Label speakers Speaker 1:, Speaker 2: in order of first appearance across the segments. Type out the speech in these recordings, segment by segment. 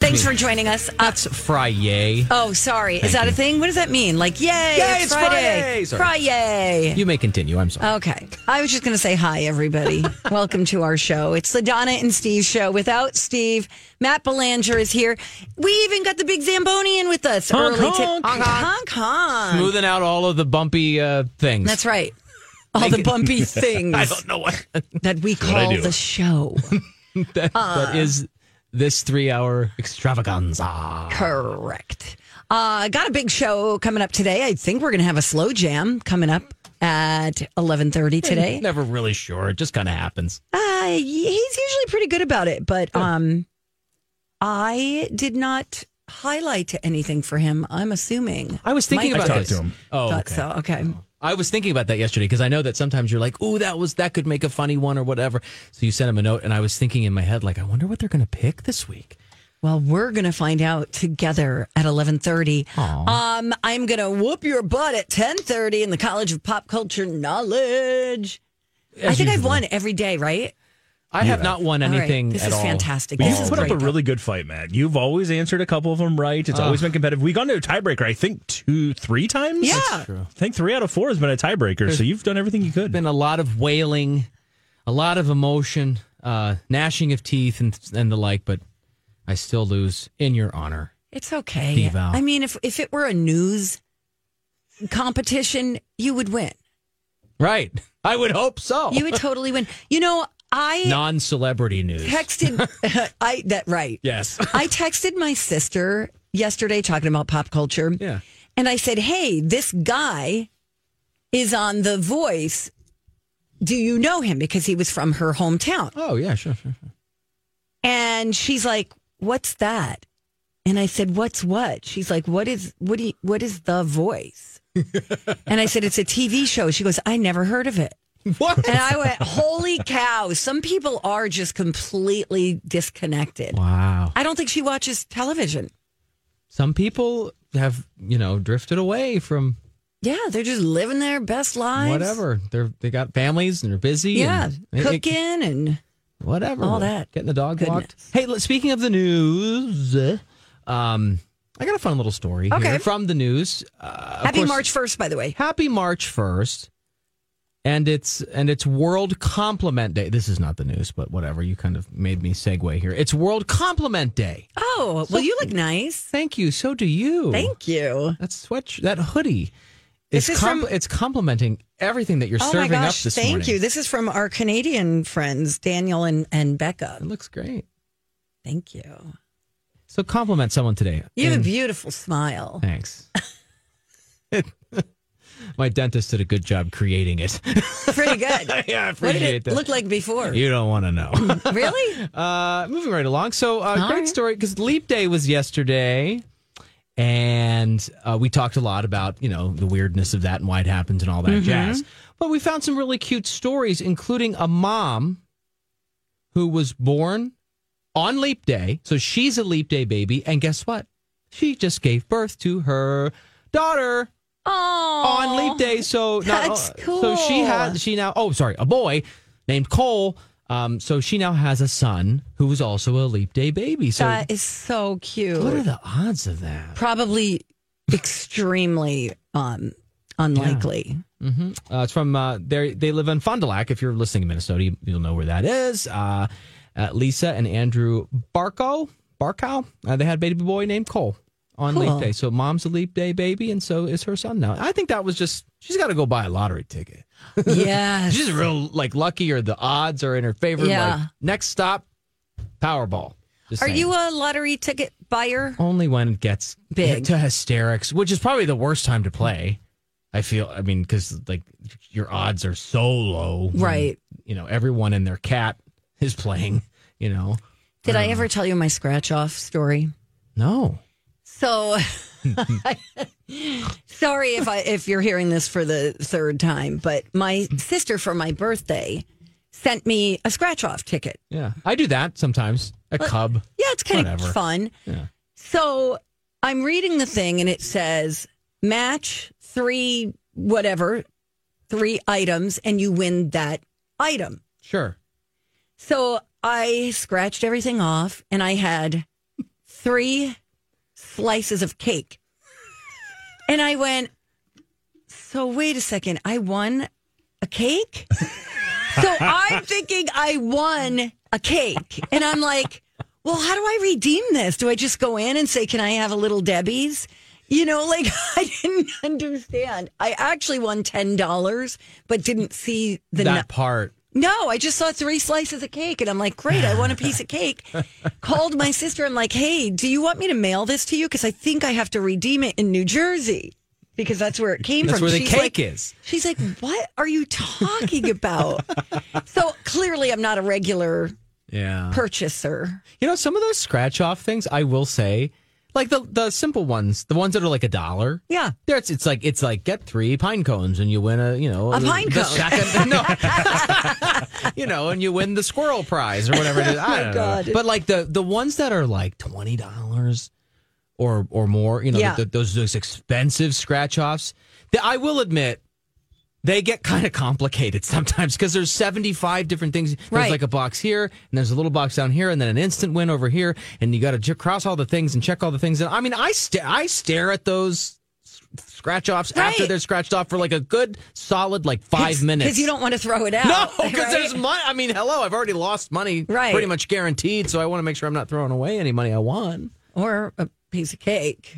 Speaker 1: Thanks for joining us. Uh,
Speaker 2: That's Friday.
Speaker 1: oh, sorry. Is that a thing? What does that mean? Like, yay! it's,
Speaker 2: it's Friday!
Speaker 1: Friday.
Speaker 2: Sorry.
Speaker 1: Friday.
Speaker 2: You may continue. I'm sorry.
Speaker 1: Okay. I was just going to say hi, everybody. Welcome to our show. It's the Donna and Steve show. Without Steve, Matt Belanger is here. We even got the big Zamboni in with us.
Speaker 2: Honk,
Speaker 1: early
Speaker 2: honk. Honk, honk.
Speaker 1: honk, honk.
Speaker 2: Smoothing out all of the bumpy uh, things.
Speaker 1: That's right. All the bumpy
Speaker 2: I
Speaker 1: things
Speaker 2: don't know what
Speaker 1: that we
Speaker 3: I
Speaker 1: call
Speaker 3: do.
Speaker 1: the show.
Speaker 2: that, that is. This three-hour extravaganza.
Speaker 1: Correct. Uh, got a big show coming up today. I think we're going to have a slow jam coming up at 11.30 today.
Speaker 2: Never really sure. It just kind of happens.
Speaker 1: Uh, he's usually pretty good about it, but um, I did not highlight anything for him. I'm assuming.
Speaker 2: I was thinking
Speaker 1: Mike
Speaker 2: about this.
Speaker 3: talked to him.
Speaker 2: Oh,
Speaker 1: thought
Speaker 2: okay.
Speaker 1: so. Okay.
Speaker 2: I was thinking about that yesterday because I know that sometimes you're like, "Ooh, that was that could make a funny one or whatever." So you sent him a note, and I was thinking in my head, like, "I wonder what they're going to pick this week."
Speaker 1: Well, we're gonna find out together at 11:30. Um, I'm gonna whoop your butt at 10:30 in the College of Pop Culture Knowledge. I think I've won every day, right?
Speaker 2: I have not won
Speaker 1: All right.
Speaker 2: anything.
Speaker 1: This
Speaker 2: at
Speaker 1: is
Speaker 2: all.
Speaker 1: fantastic.
Speaker 3: But
Speaker 1: This
Speaker 3: you've
Speaker 1: is
Speaker 3: put up
Speaker 1: Oh, great, Ah.
Speaker 3: a
Speaker 1: though.
Speaker 3: really good fight, Matt. You've always answered a couple of them right. It's always been competitive. We've gone to a tiebreaker, I think, two, three times.
Speaker 1: Yeah. That's true.
Speaker 3: I think three out of four has been a tiebreaker. So you've done everything you could.
Speaker 2: been a lot of wailing, a lot of emotion, uh, gnashing of teeth, and and the like. But I still lose in your honor.
Speaker 1: It's okay.
Speaker 2: Steve Al.
Speaker 1: I mean, if if it were a news competition, you would win.
Speaker 2: Right? I would hope so.
Speaker 1: You would totally win. You know, I
Speaker 2: Non-celebrity news.
Speaker 1: texted I that right.
Speaker 2: yes.
Speaker 1: I texted my sister yesterday talking about pop culture.
Speaker 2: Yeah.
Speaker 1: And I said, "Hey, this guy is on The Voice. Do you know him because he was from her hometown?"
Speaker 2: Oh yeah, sure, sure. sure.
Speaker 1: And she's like, "What's that?" And I said, "What's what?" She's like, "What is what do you, what is The Voice?" and I said, "It's a TV show." She goes, "I never heard of it."
Speaker 2: What?
Speaker 1: And I went, "Holy cow, some people are just completely disconnected."
Speaker 2: Wow.
Speaker 1: I don't think she watches television.
Speaker 2: Some people have you know drifted away from
Speaker 1: Yeah, they're just living their best lives.
Speaker 2: whatever. They're they got families and they're busy.
Speaker 1: Yeah,
Speaker 2: and it- it-
Speaker 1: cooking and
Speaker 2: whatever,
Speaker 1: all that.
Speaker 2: getting the dog
Speaker 1: Goodness.
Speaker 2: walked. Hey, l- speaking of the news, um, I got a fun little story
Speaker 1: Okay.
Speaker 2: here from the news. Uh, of
Speaker 1: happy
Speaker 2: course-
Speaker 1: March first, by the way.
Speaker 2: Happy March first, and it's and it's World Compliment Day. This is not the news, but whatever. You kind of made me segue here. It's World Compliment Day.
Speaker 1: Oh, well, you look nice.
Speaker 2: Thank you. So do you.
Speaker 1: Thank you.
Speaker 2: that sweat that hoodie.
Speaker 1: This
Speaker 2: It's
Speaker 1: is
Speaker 2: com-
Speaker 1: from-
Speaker 2: it's complimenting everything that you're
Speaker 1: Oh my
Speaker 2: serving
Speaker 1: gosh,
Speaker 2: up this
Speaker 1: thank
Speaker 2: morning.
Speaker 1: you. This is from our Canadian friends, Daniel and, and Becca.
Speaker 2: It looks great.
Speaker 1: Thank you.
Speaker 2: So compliment someone today.
Speaker 1: You have
Speaker 2: And-
Speaker 1: a beautiful smile.
Speaker 2: Thanks. My dentist did a good job creating it.
Speaker 1: Pretty good.
Speaker 2: yeah, I
Speaker 1: what did
Speaker 2: appreciate
Speaker 1: it
Speaker 2: that.
Speaker 1: look like before?
Speaker 2: you don't want to know.
Speaker 1: really?
Speaker 2: uh, moving right along. So, uh, great
Speaker 1: right.
Speaker 2: story because Leap Day was yesterday, and uh, we talked a lot about you know the weirdness of that and why it happens and all that jazz. But we found some really cute stories, including a mom who was born on Leap Day. So she's a Leap Day baby, and guess what? She just gave birth to her daughter
Speaker 1: Oh,
Speaker 2: on leap day. So not-
Speaker 1: that's
Speaker 2: So she
Speaker 1: cool.
Speaker 2: has she now. Oh, sorry, a boy named Cole. Um, so she now has a son who was also a leap day baby. So
Speaker 1: that is so cute.
Speaker 2: what are the odds of that?
Speaker 1: Probably extremely um, unlikely.
Speaker 2: Uh, it's from uh, they they live in Fond du Lac. If you're listening in Minnesota, you, you'll know where that is. Uh, uh, Lisa and Andrew Barco Barkow. Uh, they had a baby boy named Cole on
Speaker 1: Cool.
Speaker 2: leap day. So mom's a leap day baby, and so is her son now. I think that was just she's got to go buy a lottery ticket.
Speaker 1: Yes.
Speaker 2: She's real like lucky, or the odds are in her favor.
Speaker 1: Yeah.
Speaker 2: Like, next stop, Powerball. Just
Speaker 1: Are
Speaker 2: saying.
Speaker 1: you a lottery ticket buyer?
Speaker 2: only when it gets
Speaker 1: Big.
Speaker 2: to hysterics, which is probably the worst time to play? I feel. I mean, because like your odds are so low. when,
Speaker 1: Right.
Speaker 2: You know, everyone and their cat is playing. You know.
Speaker 1: Did
Speaker 2: Uh.
Speaker 1: I ever tell you my scratch off story?
Speaker 2: No.
Speaker 1: So sorry if I if you're hearing this for the third time, but my sister for my birthday sent me a scratch off ticket.
Speaker 2: Yeah, I do that sometimes. A cub.
Speaker 1: Yeah, it's kind
Speaker 2: Whatever.
Speaker 1: of fun.
Speaker 2: Yeah.
Speaker 1: So I'm reading the thing and it says match three whatever, three items and you win that item.
Speaker 2: Sure.
Speaker 1: So I scratched everything off and I had three slices of cake. And I went, so wait a second, I won a cake? so I'm thinking I won a cake. And I'm like, well, how do I redeem this? Do I just go in and say, can I have a little Debbie's? You know, like I didn't understand. I actually won $10, but didn't see the
Speaker 2: that
Speaker 1: nu-
Speaker 2: part.
Speaker 1: no, I just saw three slices of cake and I'm like, great, I want a piece of cake. Called my sister. I'm like, hey, do you want me to mail this to you? Because I think I have to redeem it in New Jersey because that's where it came
Speaker 2: That's
Speaker 1: from.
Speaker 2: where the
Speaker 1: She's like-
Speaker 2: cake is.
Speaker 1: She's like, what are you talking about? so clearly, I'm not a regular
Speaker 2: Yeah.
Speaker 1: purchaser.
Speaker 2: You know, some of those scratch off things, I will say, like the the simple ones, the ones that are like a dollar.
Speaker 1: Yeah.
Speaker 2: There it's it's like it's like get three pine cones and you win a you know
Speaker 1: A pine
Speaker 2: the
Speaker 1: cone.
Speaker 2: sack of- no, you know, and you win the squirrel prize or whatever it is. I
Speaker 1: my
Speaker 2: don't
Speaker 1: Oh, God.
Speaker 2: know. But like the the ones that are like twenty dollars or or more, you know,
Speaker 1: Yeah.
Speaker 2: th- those those expensive scratch offs. That I will admit. They get kind of complicated sometimes because there's 75 different things. There's
Speaker 1: Right.
Speaker 2: like a box here, and there's a little box down here, and then an instant win over here, and you got to j- cross all the things and check all the things. And I mean, I st- I stare at those s- scratch offs after
Speaker 1: Right.
Speaker 2: they're scratched off for like a good solid like five minutes.
Speaker 1: Because you don't want to throw it out.
Speaker 2: No, because
Speaker 1: right?
Speaker 2: there's money. I mean, hello, I've already lost money,
Speaker 1: Right.
Speaker 2: Pretty much guaranteed. So I want to make sure I'm not throwing away any money I won.
Speaker 1: Or a piece of cake.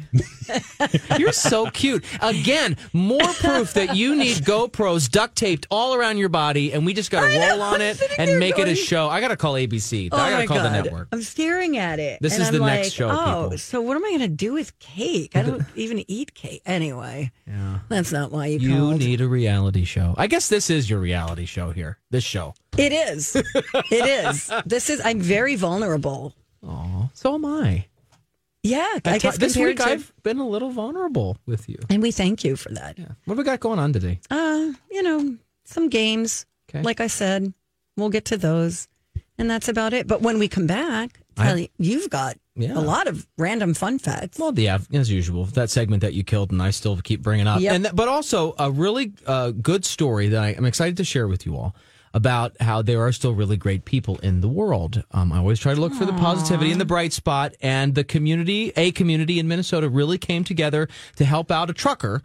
Speaker 2: You're so cute. Again, more proof that you need GoPros duct taped all around your body, and we just got to roll on it
Speaker 1: sitting there
Speaker 2: and make it a
Speaker 1: going-
Speaker 2: show. I got to call ABC.
Speaker 1: Oh
Speaker 2: I got
Speaker 1: my
Speaker 2: to call
Speaker 1: God.
Speaker 2: the network.
Speaker 1: I'm staring at it.
Speaker 2: This
Speaker 1: and
Speaker 2: is
Speaker 1: I'm
Speaker 2: the
Speaker 1: like,
Speaker 2: next show,
Speaker 1: Oh,
Speaker 2: people."
Speaker 1: so what am I going to do with cake? I don't even eat cake anyway. Yeah, that's not why you,
Speaker 2: You
Speaker 1: called.
Speaker 2: need a reality show. I guess this is your reality show here. This show.
Speaker 1: it is. it is. This is. I'm very vulnerable.
Speaker 2: So am I.
Speaker 1: Yeah, I,
Speaker 2: At ti-
Speaker 1: guess
Speaker 2: this
Speaker 1: compared
Speaker 2: week
Speaker 1: to,
Speaker 2: I've been a little vulnerable with you.
Speaker 1: and we thank you for that.
Speaker 2: What have we got going on today?
Speaker 1: Uh, you know, some games.
Speaker 2: Okay.
Speaker 1: Like I said, we'll get to those, and that's about it. But when we come back, tell you, you've got
Speaker 2: Yeah.
Speaker 1: a lot of random fun facts.
Speaker 2: Well, the av- as usual, that segment that you killed, and I still keep bringing up.
Speaker 1: Yep.
Speaker 2: And that, but also a really uh, good story that I am excited to share with you all about how there are still really great people in the world. Um, I always try to look for the positivity and the bright spot, and the community, a community in Minnesota, really came together to help out a trucker.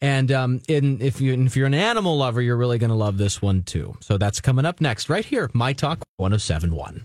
Speaker 2: And um, in, if you and if you're an animal lover, you're really going to love this one too. So that's coming up next, right here, My Talk 1071.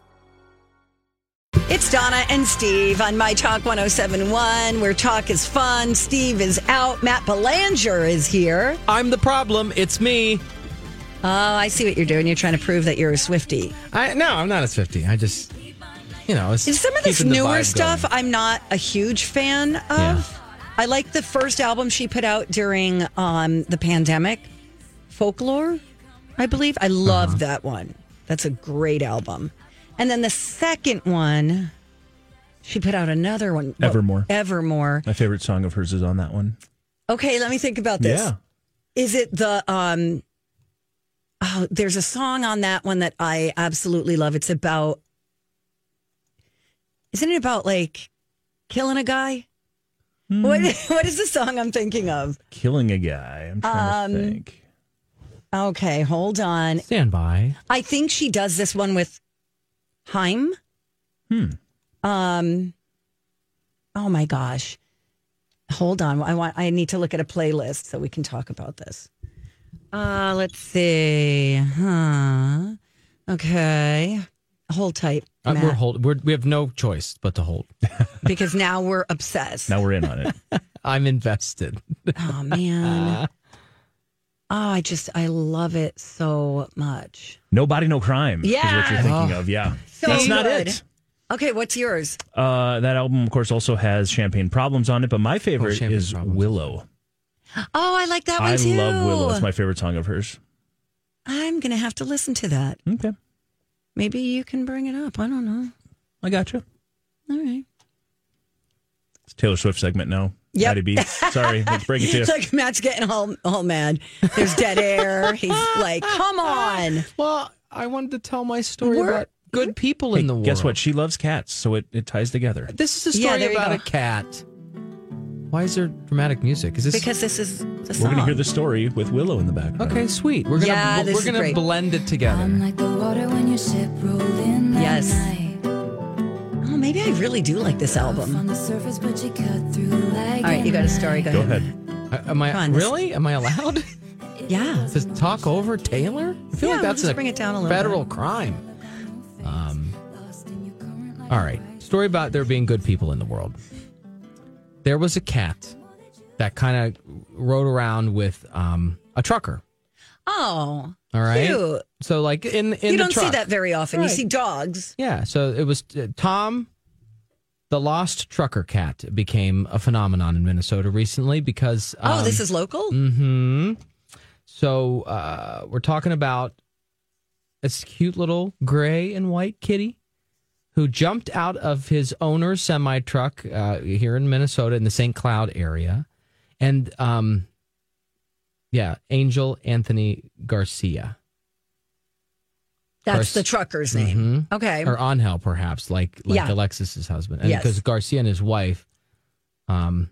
Speaker 1: It's Donna and Steve on My Talk 1071, where talk is fun. Steve is out. Matt Belanger is here.
Speaker 2: I'm the problem. It's me.
Speaker 1: Oh, I see what you're doing. You're trying to prove that you're a Swifty.
Speaker 2: I no, I'm not as fifty. I just you know, it's
Speaker 1: And some of this
Speaker 2: keeping the
Speaker 1: newer
Speaker 2: vibe
Speaker 1: stuff
Speaker 2: going.
Speaker 1: I'm not a huge fan of.
Speaker 2: Yeah.
Speaker 1: I like the first album she put out during um, the pandemic, Folklore, I believe.
Speaker 2: Uh-huh.
Speaker 1: I love that one. That's a great album. And then the second one, she put out another one. Well,
Speaker 3: Evermore.
Speaker 1: Evermore.
Speaker 3: My favorite song of hers is on that one.
Speaker 1: Okay, let me think about this. Is it the um oh there's a song on that one that I absolutely love. It's about Isn't it about like killing a guy? What what is the song I'm thinking of?
Speaker 3: Killing a guy. I'm trying
Speaker 1: Um,
Speaker 3: to think.
Speaker 1: Okay, hold on.
Speaker 2: Stand by.
Speaker 1: I think she does this one with Heim. Hmm. Um Oh my gosh. Hold on. I want I need to look at a playlist so we can talk about this. Uh let's see. Huh. Okay. Hold tight.
Speaker 2: Uh, we're
Speaker 1: Matt.
Speaker 2: hold. We're, we have no choice but to hold.
Speaker 1: because now we're obsessed.
Speaker 3: Now we're in on it.
Speaker 2: I'm invested.
Speaker 1: Oh
Speaker 3: Uh-huh.
Speaker 1: man. Oh, I just I love it so much.
Speaker 3: No body, no crime. Is what
Speaker 1: Yeah. Oh,
Speaker 3: you're thinking of. Yeah.
Speaker 1: So
Speaker 3: That's not
Speaker 1: good.
Speaker 3: it.
Speaker 1: Okay, what's yours?
Speaker 3: Uh, that album, of course, also has Champagne Problems on it, but my favorite
Speaker 2: Champagne
Speaker 3: is
Speaker 2: Problems.
Speaker 3: Willow.
Speaker 1: Oh, I like that one
Speaker 3: I
Speaker 1: too.
Speaker 3: love Willow. It's my favorite song of hers.
Speaker 1: I'm gonna have to listen to that.
Speaker 3: Okay.
Speaker 1: Maybe you can bring it up. I don't know.
Speaker 3: I got you.
Speaker 1: All right.
Speaker 3: It's a Taylor Swift segment now.
Speaker 1: Yep.
Speaker 3: Patty B. Sorry, let's break it to you.
Speaker 1: It's like Matt's getting all all mad. There's dead air. He's like, come on.
Speaker 2: Well, I wanted to tell my story
Speaker 1: We're-
Speaker 2: about good people
Speaker 3: Hey,
Speaker 2: in the world.
Speaker 3: guess what? She loves cats, so it, it ties together.
Speaker 2: This is a
Speaker 1: Yeah,
Speaker 2: story
Speaker 1: there you
Speaker 2: about
Speaker 1: go.
Speaker 2: a cat. Why is there dramatic music? Is this
Speaker 1: Because this is the
Speaker 3: We're
Speaker 1: song.
Speaker 3: going to hear the story with Willow in the background.
Speaker 2: okay? Sweet. We're gonna
Speaker 1: Yeah,
Speaker 2: we're
Speaker 1: this is
Speaker 2: gonna
Speaker 1: great.
Speaker 2: blend it together.
Speaker 4: I'm like the water when your ship rolled in that
Speaker 1: Yes.
Speaker 4: night.
Speaker 1: oh, maybe I really do like this
Speaker 4: Off on
Speaker 1: album.
Speaker 4: the surface, but you cut through like
Speaker 1: All right, you got a story.
Speaker 4: knife.
Speaker 1: Go
Speaker 3: Go
Speaker 1: ahead.
Speaker 3: ahead.
Speaker 2: I- Uh, am I
Speaker 1: Fun.
Speaker 2: really? Am I allowed
Speaker 1: Yeah.
Speaker 2: to talk over Taylor? I feel
Speaker 1: Yeah,
Speaker 2: like that's
Speaker 1: let's
Speaker 2: a
Speaker 1: bring it down a little
Speaker 2: federal crime. Um, All right. Story about there being good people in the world. There was a cat that kind of rode around with um, a trucker.
Speaker 1: Oh.
Speaker 2: All right.
Speaker 1: Cute.
Speaker 2: So like in
Speaker 1: You
Speaker 2: in the
Speaker 1: don't see
Speaker 2: truck.
Speaker 1: that very often. You
Speaker 2: Right.
Speaker 1: see dogs.
Speaker 2: Yeah. So it was uh, Tom, the lost trucker cat, became a phenomenon in Minnesota recently because.
Speaker 1: Oh,
Speaker 2: um,
Speaker 1: this is local?
Speaker 2: hmm So uh, we're talking about this cute little gray and white kitty who jumped out of his owner's semi truck uh, here in Minnesota in the St. Cloud area, and um, yeah, Angel Anthony Garcia
Speaker 1: That's
Speaker 2: Garcia.
Speaker 1: the trucker's name.
Speaker 2: Mm-hmm.
Speaker 1: Okay.
Speaker 2: or Angel, perhaps like like
Speaker 1: Yeah.
Speaker 2: Alexis's husband, and
Speaker 1: Yes.
Speaker 2: because Garcia and his wife, um.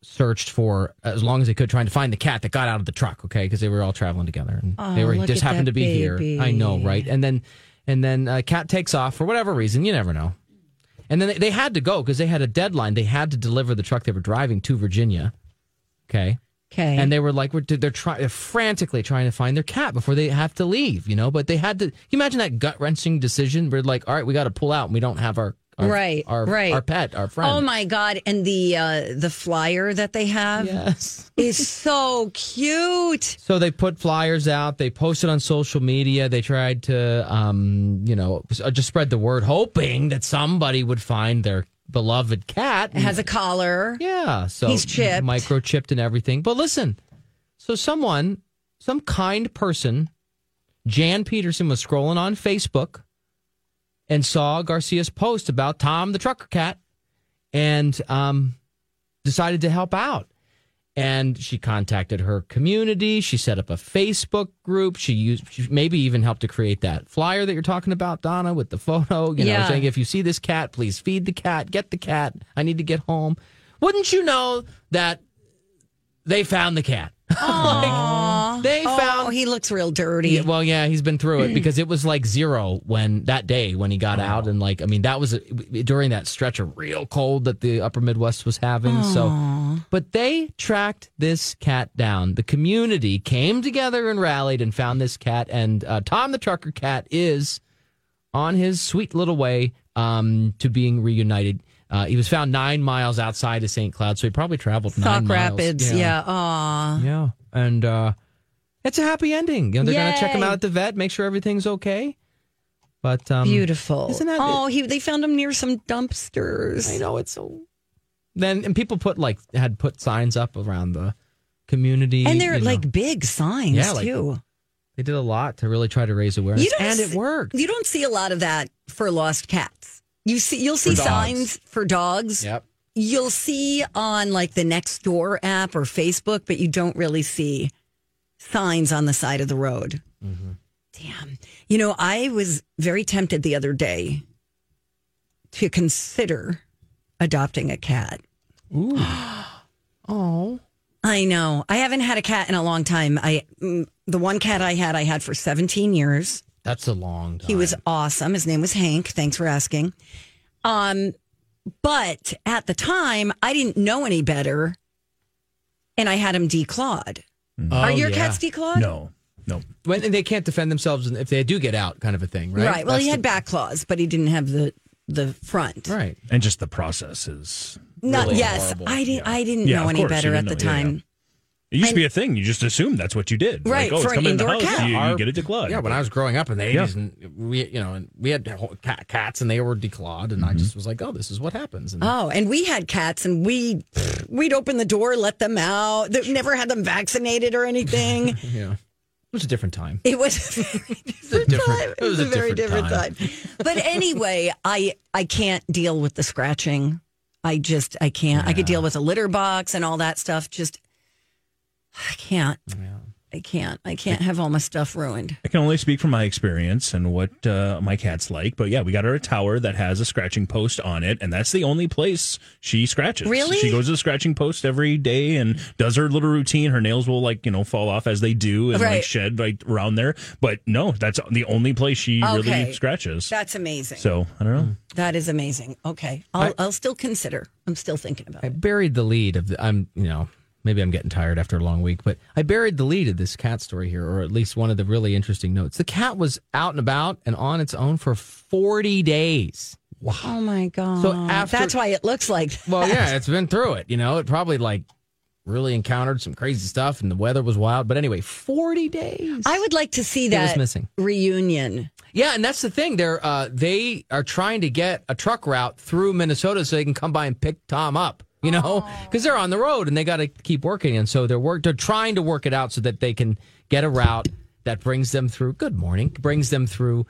Speaker 2: Searched for as long as they could, trying to find the cat that got out of the truck. Okay, because they were all traveling together, and
Speaker 1: Oh,
Speaker 2: they were
Speaker 1: look
Speaker 2: just
Speaker 1: at
Speaker 2: happened
Speaker 1: that
Speaker 2: to be
Speaker 1: baby.
Speaker 2: here. I know, right? And then, and then uh, cat takes off for whatever reason. You never know. And then they, they had to go because they had a deadline. They had to deliver the truck they were driving to Virginia. Okay,
Speaker 1: okay.
Speaker 2: and they were like, we're, they're trying, they're frantically trying to find their cat before they have to leave, you know. But they had to. Can you imagine that gut wrenching decision? We're like, all right, we got to pull out, and we don't have our, our
Speaker 1: Right,
Speaker 2: our,
Speaker 1: right.
Speaker 2: our pet, our friend.
Speaker 1: oh my god! And the uh, the flyer that they have
Speaker 2: Yes.
Speaker 1: is so cute.
Speaker 2: So they put flyers out. They posted on social media. They tried to, um, you know, s- uh, just spread the word, hoping that somebody would find their beloved cat.
Speaker 1: It has a collar.
Speaker 2: Yeah. So
Speaker 1: He's chipped.
Speaker 2: microchipped and everything. But listen, so someone, some kind person, Jan Peterson was scrolling on Facebook and saw Garcia's post about Tom the trucker cat and um, decided to help out. And she contacted her community. She set up a Facebook group. She used, she maybe even helped to create that flyer that you're talking about, Donna, with the photo. You know,
Speaker 1: Yeah.
Speaker 2: saying if you see this cat, please feed the cat, get the cat. I need to get home. Wouldn't you know that they found the cat? Like, they found
Speaker 1: Oh, he looks real dirty.
Speaker 2: yeah, well, yeah, he's been through it because it was like zero when that day when he got
Speaker 1: Oh.
Speaker 2: out, and like I mean that was a, during that stretch of real cold that the Upper Midwest was having. So, but they tracked this cat down. The community came together and rallied and found this cat, and uh, Tom the trucker cat is on his sweet little way um, to being reunited. Uh, he was found nine miles outside of St. Cloud, so he probably traveled nine
Speaker 1: Sock
Speaker 2: miles.
Speaker 1: Rapids. Yeah. Aw.
Speaker 2: Yeah. And uh it's a happy ending. You know, they're gonna check him
Speaker 1: Yay.
Speaker 2: out at the vet, make sure everything's okay. But um
Speaker 1: Beautiful.
Speaker 2: Isn't that-
Speaker 1: oh, he they found him near some dumpsters.
Speaker 2: I know it's so then and people put like had put signs up around the community.
Speaker 1: And they're
Speaker 2: you know.
Speaker 1: like big signs
Speaker 2: Yeah, like-
Speaker 1: too.
Speaker 2: they did a lot to really try to raise awareness.
Speaker 1: You don't
Speaker 2: and it
Speaker 1: see-
Speaker 2: worked.
Speaker 1: You don't see a lot of that for lost cats. You see you'll see
Speaker 2: For dogs.
Speaker 1: signs for dogs.
Speaker 2: Yep.
Speaker 1: You'll see on like the next door app or Facebook, but you don't really see signs on the side of the road. Damn. You know, I was very tempted the other day to consider adopting a cat.
Speaker 2: Oh.
Speaker 1: I know. I haven't had a cat in a long time. I mm, the one cat I had, I had for 17 years.
Speaker 2: That's a long time.
Speaker 1: He was awesome. His name was Hank. Thanks for asking. Um, but at the time, I didn't know any better, and I had him declawed.
Speaker 2: Oh,
Speaker 1: Are your
Speaker 2: yeah.
Speaker 1: cats declawed?
Speaker 3: Oh, No. No.
Speaker 2: When and they can't defend themselves if they do get out, kind of a thing, right?
Speaker 1: Right. Well,
Speaker 2: That's
Speaker 1: he had back claws, but he didn't have the the front.
Speaker 2: the- right.
Speaker 3: And just the process is.
Speaker 1: Not
Speaker 2: Really
Speaker 1: yes.
Speaker 2: horrible.
Speaker 1: I didn't.
Speaker 3: Yeah.
Speaker 1: I didn't
Speaker 3: Yeah,
Speaker 1: know
Speaker 3: of
Speaker 1: any
Speaker 3: course, you
Speaker 1: better at
Speaker 3: didn't
Speaker 1: the
Speaker 3: know, yeah,
Speaker 1: time.
Speaker 3: It used to be a thing. You just assumed that's what you did.
Speaker 1: Right,
Speaker 3: Like, oh,
Speaker 1: for
Speaker 3: it's
Speaker 1: an
Speaker 3: coming in the
Speaker 1: indoor
Speaker 3: house.
Speaker 1: cat.
Speaker 3: You, you
Speaker 2: Our-
Speaker 3: get it declawed.
Speaker 2: Yeah, when I was growing up in the
Speaker 3: Yeah.
Speaker 2: eighties, and we, you know, and we had whole cat, cats, and they were declawed, and I
Speaker 3: Mm-hmm.
Speaker 2: just was like, oh, this is what happens. And
Speaker 1: Oh, and we had cats, and we we'd open the door, let them out. They never had them vaccinated or anything.
Speaker 2: you know, it was a different time.
Speaker 1: It was a very different,
Speaker 2: different-
Speaker 1: time.
Speaker 2: it was a
Speaker 1: very
Speaker 2: different
Speaker 1: different time. But anyway, I I can't deal with the scratching. I just I can't. I could deal with a litter box and all that stuff. Just I can't. I can't. I can't have all my stuff ruined.
Speaker 3: I can only speak from my experience and what uh, my cat's like. But yeah, we got her a tower that has a scratching post on it, and that's the only place she scratches.
Speaker 1: Really?
Speaker 3: She goes to the scratching post every day and does her little routine. Her nails will like you know fall off as they do and
Speaker 1: Right.
Speaker 3: like shed like around there. But no, that's the only place she
Speaker 1: Okay.
Speaker 3: really scratches.
Speaker 1: That's amazing.
Speaker 3: so I don't know.
Speaker 1: that is amazing. Okay, I'll I, will i will still consider. I'm still thinking about
Speaker 2: I
Speaker 1: it.
Speaker 2: buried the lead of the. I'm, you know, maybe I'm getting tired after a long week, but I buried the lead of this cat story here, or at least one of the really interesting notes. The cat was out and about and on its own for 40 days.
Speaker 1: Oh my god!
Speaker 2: So after-
Speaker 1: that's why it looks like.
Speaker 2: Well, yeah, it's been through it. You know, it probably like really encountered some crazy stuff, and the weather was wild. But anyway, 40 days.
Speaker 1: I would like to see
Speaker 2: was
Speaker 1: that
Speaker 2: missing.
Speaker 1: reunion.
Speaker 2: Yeah, and that's the thing. They're uh, they are trying to get a truck route through Minnesota so they can come by and pick Tom up. You know,
Speaker 1: Oh.
Speaker 2: because they're on the road and they got to keep working, and so they're work. They're trying to work it out so that they can get a route that brings them through. Good morning, brings them through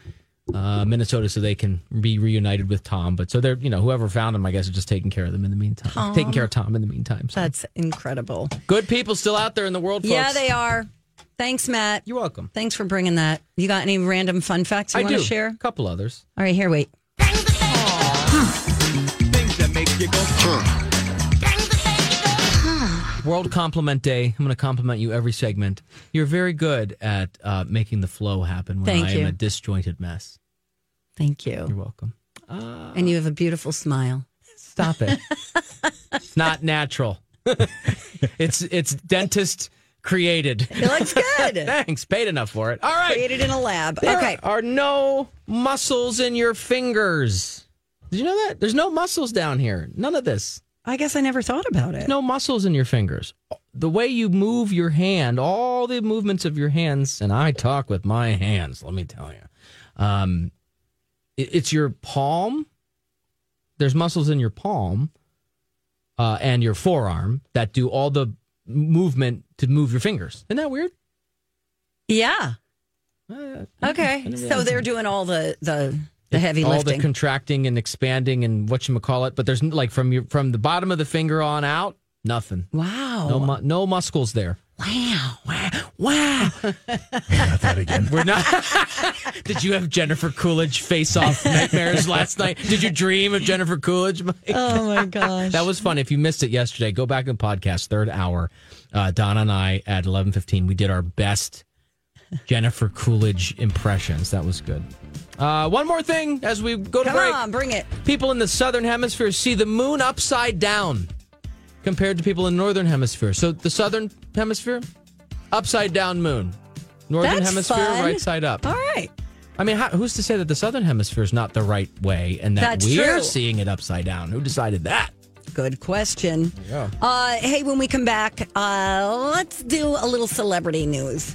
Speaker 2: uh, Minnesota so they can be reunited with Tom. But so they're you know whoever found him, I guess, is just taking care of them in the meantime, taking care of Tom in the meantime. So
Speaker 1: That's incredible.
Speaker 2: good people still out there in the world. Folks.
Speaker 1: Yeah, they are. Thanks, Matt.
Speaker 2: You're welcome.
Speaker 1: Thanks for bringing that. You got any random fun facts you
Speaker 2: I
Speaker 1: want
Speaker 2: do
Speaker 1: to share?
Speaker 2: a couple others.
Speaker 1: All right, here, wait.
Speaker 2: World Compliment Day. I'm going to compliment you every segment. You're very good at uh, making the flow happen when
Speaker 1: Thank
Speaker 2: I
Speaker 1: you.
Speaker 2: am a disjointed mess.
Speaker 1: Thank you.
Speaker 2: You're welcome.
Speaker 1: And you have a beautiful smile.
Speaker 2: Stop it. it's not natural. it's it's dentist created.
Speaker 1: It looks good.
Speaker 2: Thanks. Paid enough for it. All right.
Speaker 1: Created in a lab.
Speaker 2: There
Speaker 1: Okay.
Speaker 2: Are no muscles in your fingers? Did you know that? There's no muscles down here. None of this.
Speaker 1: I guess I never thought about it.
Speaker 2: no muscles in your fingers. The way you move your hand, all the movements of your hands, and I talk with my hands, let me tell you. Um, it- it's your palm. There's muscles in your palm uh, and your forearm that do all the movement to move your fingers. Isn't that weird?
Speaker 1: Yeah.
Speaker 2: Uh,
Speaker 1: Okay. So they're doing all the the, the heavy
Speaker 2: all
Speaker 1: lifting.
Speaker 2: the contracting and expanding and what you call it, but there's n- like from your from the bottom of the finger on out, nothing.
Speaker 1: wow.
Speaker 2: No, mu- no muscles there.
Speaker 1: wow. Wow.
Speaker 3: Not that again.
Speaker 2: We're not. Did you have Jennifer Coolidge face off nightmares last night? Did you dream of Jennifer Coolidge? Mike?
Speaker 1: Oh my gosh.
Speaker 2: That was fun. If you missed it yesterday, go back and podcast third hour. Uh, Donna and I at eleven fifteen, we did our best Jennifer Coolidge impressions. That was good. Uh, one more thing as we go to
Speaker 1: Come
Speaker 2: break.
Speaker 1: on, bring it.
Speaker 2: People in the southern hemisphere see the moon upside down compared to people in the northern hemisphere. So the southern hemisphere, upside down moon. Northern
Speaker 1: That's
Speaker 2: hemisphere,
Speaker 1: fun.
Speaker 2: right side up.
Speaker 1: All right.
Speaker 2: I mean, how, who's to say that the southern hemisphere is not the right way and that
Speaker 1: That's
Speaker 2: we're
Speaker 1: true.
Speaker 2: seeing it upside down? Who decided that?
Speaker 1: Good question. Uh, hey, when we come back, uh, let's do a little celebrity news.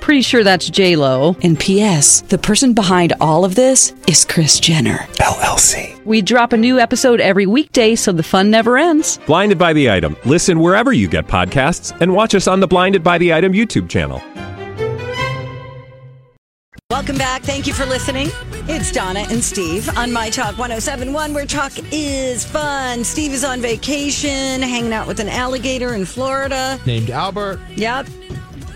Speaker 5: Pretty sure that's J Lo.
Speaker 6: And P.S. The person behind all of this is Chris Jenner.
Speaker 7: LLC.
Speaker 5: We drop a new episode every weekday, so the fun never ends.
Speaker 7: Blinded by the item. Listen wherever you get podcasts, and watch us on the Blinded by the Item YouTube channel.
Speaker 1: Welcome back. Thank you for listening. It's Donna and Steve on My Talk 1071, where talk is fun. Steve is on vacation, hanging out with an alligator in Florida.
Speaker 2: Named Albert.
Speaker 1: Yep.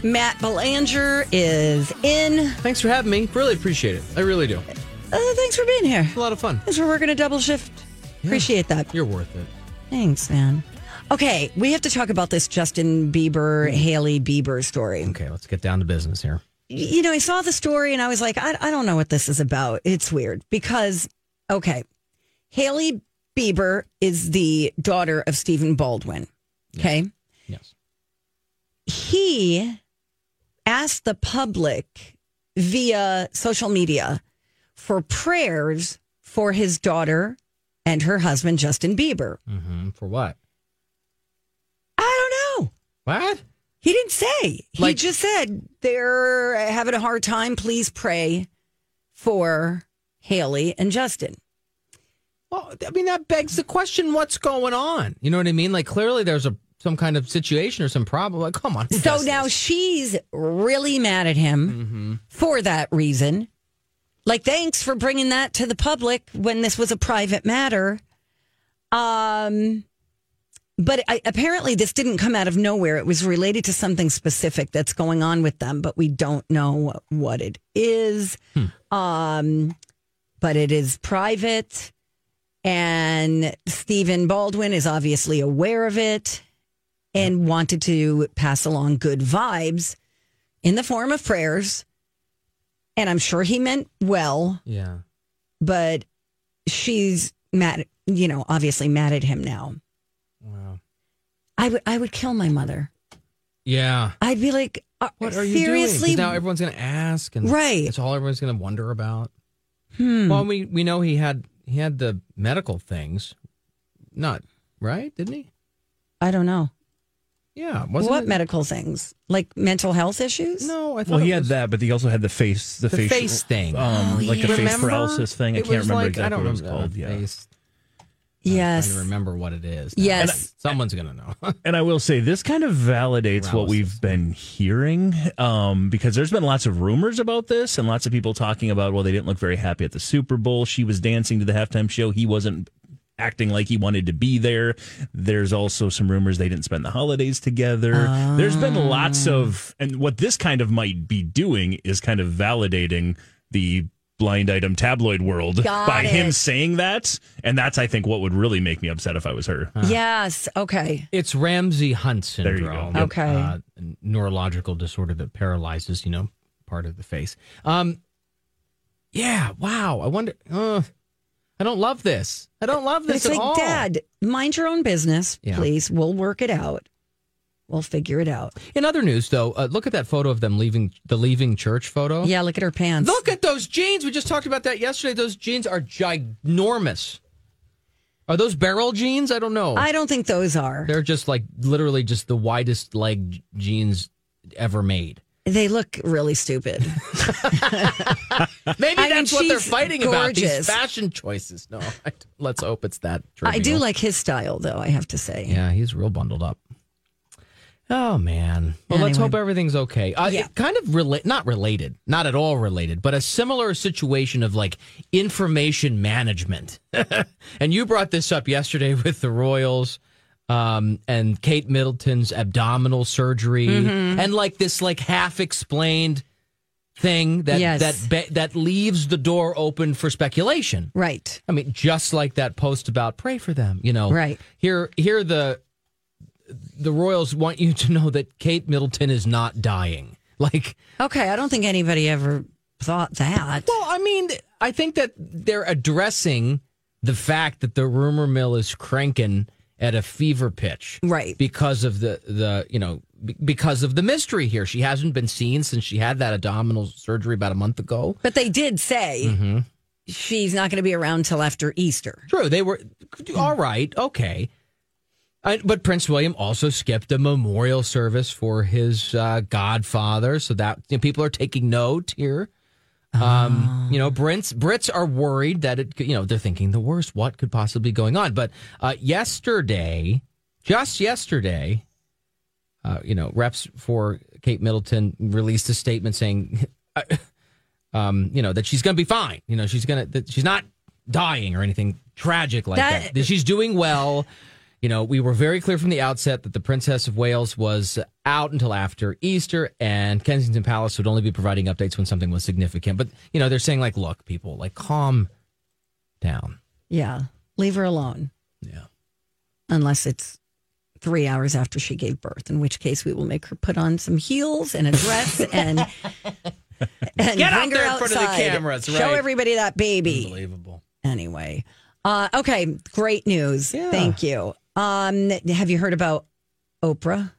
Speaker 1: Matt Belanger is in.
Speaker 2: Thanks for having me. Really appreciate it. I really do. It's
Speaker 1: Uh, thanks for being here.
Speaker 2: a lot of fun.
Speaker 1: Thanks for working a double shift. Appreciate that.
Speaker 2: You're worth it.
Speaker 1: Thanks, man. Okay, we have to talk about this Justin Bieber, Haley Bieber story.
Speaker 2: Okay, let's get down to business here.
Speaker 1: you know, I saw the story and I was like, I, I don't know what this is about. It's weird because, okay, Haley Bieber is the daughter of Stephen Baldwin. Okay.
Speaker 2: Yes.
Speaker 1: He asked the public via social media for prayers for his daughter and her husband, Justin Bieber.
Speaker 2: hmm For what?
Speaker 1: I don't know.
Speaker 2: What?
Speaker 1: He didn't say. He
Speaker 2: Like-
Speaker 1: just said they're having a hard time. Please pray for Haley and Justin.
Speaker 2: Well, I mean, that begs the question: What's going on? You know what I mean? Like, clearly, there's a some kind of situation or some problem. Like, come on. who
Speaker 1: So
Speaker 2: does
Speaker 1: now
Speaker 2: this?
Speaker 1: she's really mad at him for that reason. Like, thanks for bringing that to the public when this was a private matter. Um, but I, apparently, this didn't come out of nowhere. It was related to something specific that's going on with them, but we don't know what it is. Um, but it is private. And Stephen Baldwin is obviously aware of it and wanted to pass along good vibes in the form of prayers. And I'm sure he meant well,
Speaker 2: yeah.
Speaker 1: but she's mad, you know, obviously mad at him now.
Speaker 2: Wow.
Speaker 1: I would I would kill my mother.
Speaker 2: Yeah.
Speaker 1: I'd be like, "Are-
Speaker 2: What are you
Speaker 1: seriously?
Speaker 2: doing? 'Cause Now everyone's going to ask, and
Speaker 1: Right. Hmm.
Speaker 2: It's all everyone's going to wonder about. Well, we we know he had he had the medical things, not right? Didn't he?
Speaker 1: I don't know.
Speaker 2: Yeah. Wasn't
Speaker 1: what
Speaker 2: it-
Speaker 1: medical things? Like mental health issues?
Speaker 2: No, I thought
Speaker 3: Well,
Speaker 2: it
Speaker 3: he had
Speaker 2: was-
Speaker 3: that, but he also had the face, the,
Speaker 2: The
Speaker 3: facial-
Speaker 2: face thing. Oh,
Speaker 3: um, like the face
Speaker 2: Remember?
Speaker 3: paralysis thing. I
Speaker 2: It
Speaker 3: can't
Speaker 2: was
Speaker 3: remember
Speaker 2: like-
Speaker 3: exactly
Speaker 2: I don't
Speaker 3: what it was
Speaker 2: remember
Speaker 3: called.
Speaker 2: the
Speaker 3: Yeah.
Speaker 2: face.
Speaker 1: Yes.
Speaker 2: Oh, I remember what it is. now.
Speaker 1: Yes.
Speaker 2: Someone's going to know.
Speaker 3: And I will say this kind of validates what
Speaker 2: Paralysis.
Speaker 3: we've been hearing um, because there's been lots of rumors about this and lots of people talking about, well, they didn't look very happy at the Super Bowl. She was dancing to the halftime show. He wasn't acting like he wanted to be there. There's also some rumors they didn't spend the holidays together. There's been
Speaker 1: Ah.
Speaker 3: lots of, and what this kind of might be doing is kind of validating the blind item tabloid world
Speaker 1: Got
Speaker 3: by him
Speaker 1: it.
Speaker 3: saying that. And that's, I think, what would really make me upset if I was her.
Speaker 1: Yes. Okay.
Speaker 2: It's Ramsey Hunt
Speaker 3: There you
Speaker 2: syndrome.
Speaker 3: go. Yep.
Speaker 1: Okay.
Speaker 2: Uh, neurological disorder that paralyzes, you know, part of the face. Um, yeah. Wow. I wonder. Uh, I don't love this. I don't love
Speaker 1: But it's
Speaker 2: this at
Speaker 1: like,
Speaker 2: all.
Speaker 1: Dad, mind your own business,
Speaker 2: Yeah.
Speaker 1: please. We'll work it out. We'll figure it out.
Speaker 2: In other news, though, uh, look at that photo of them leaving the leaving church photo.
Speaker 1: Yeah, look at her pants.
Speaker 2: Look at those jeans. We just talked about that yesterday. Those jeans are ginormous. Are those barrel jeans? I don't know.
Speaker 1: I don't think those are.
Speaker 2: They're just like literally just the widest leg j- jeans ever made.
Speaker 1: They look really stupid.
Speaker 2: Maybe
Speaker 1: I mean,
Speaker 2: that's what they're
Speaker 1: she's
Speaker 2: fighting about these
Speaker 1: gorgeous.
Speaker 2: fashion choices. No, I, let's hope it's that.
Speaker 1: I do
Speaker 2: trivial.
Speaker 1: like his style, though, I have to say.
Speaker 2: Yeah, he's real bundled up. Oh man. Well, let's
Speaker 1: Anyway.
Speaker 2: hope everything's okay. Uh,
Speaker 1: Yeah.
Speaker 2: it Kind of relate, not related, not at all related, but a similar situation of like information management. and you brought this up yesterday with the Royals. Um, and Kate Middleton's abdominal surgery,
Speaker 1: Mm-hmm.
Speaker 2: and like this, like half explained thing that
Speaker 1: Yes.
Speaker 2: that be- that leaves the door open for speculation.
Speaker 1: Right.
Speaker 2: I mean, just like that post about pray for them, you know.
Speaker 1: Right.
Speaker 2: Here here the the Royals want you to know that Kate Middleton is not dying. Like
Speaker 1: Okay. I don't think anybody ever thought that.
Speaker 2: Well, I mean, I think that they're addressing the fact that the rumor mill is cranking at a fever pitch.
Speaker 1: Right.
Speaker 2: Because of the the, you know, be- because of the mystery here. She hasn't been seen since she had that abdominal surgery about a month ago.
Speaker 1: But they did say
Speaker 2: mm-hmm.
Speaker 1: she's not going to be around till after Easter.
Speaker 2: True, they were all right. Okay, I, but Prince William also skipped a memorial service for his uh, godfather, so that you know, people are taking note here. Um, you know, Brits Brits are worried that it. could- You know, they're thinking the worst. What could possibly be going on? But uh, yesterday, just yesterday, uh, you know, reps for Kate Middleton released a statement saying, uh, um, you know, that she's going to be fine. You know, she's going to that she's not dying or anything tragic like that.
Speaker 1: That-
Speaker 2: That She's doing well. You know, we were very clear from the outset that the Princess of Wales was out until after Easter, and Kensington Palace would only be providing updates when something was significant. But you know, they're saying like, look, people, like, calm down.
Speaker 1: Yeah. Leave her alone.
Speaker 2: Yeah.
Speaker 1: Unless it's three hours after she gave birth, in which case we will make her put on some heels and a dress and and
Speaker 2: Get out
Speaker 1: bring
Speaker 2: there
Speaker 1: her
Speaker 2: in front of the
Speaker 1: outside.
Speaker 2: cameras,
Speaker 1: Show
Speaker 2: right.
Speaker 1: everybody that baby
Speaker 2: Unbelievable.
Speaker 1: anyway. Uh, okay, great news. Thank you. Um, have you heard about Oprah?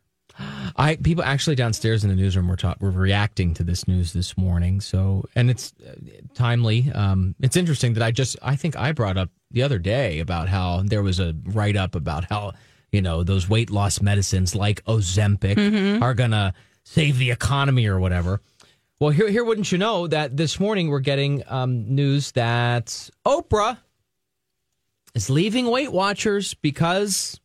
Speaker 2: I people actually downstairs in the newsroom were talk were reacting to this news this morning. So and it's uh, timely. Um, it's interesting that I just I think I brought up the other day about how there was a write up about how you know those weight loss medicines like Ozempic are gonna save the economy or whatever. Well, here here wouldn't you know that this morning we're getting um, news that Oprah is leaving Weight Watchers because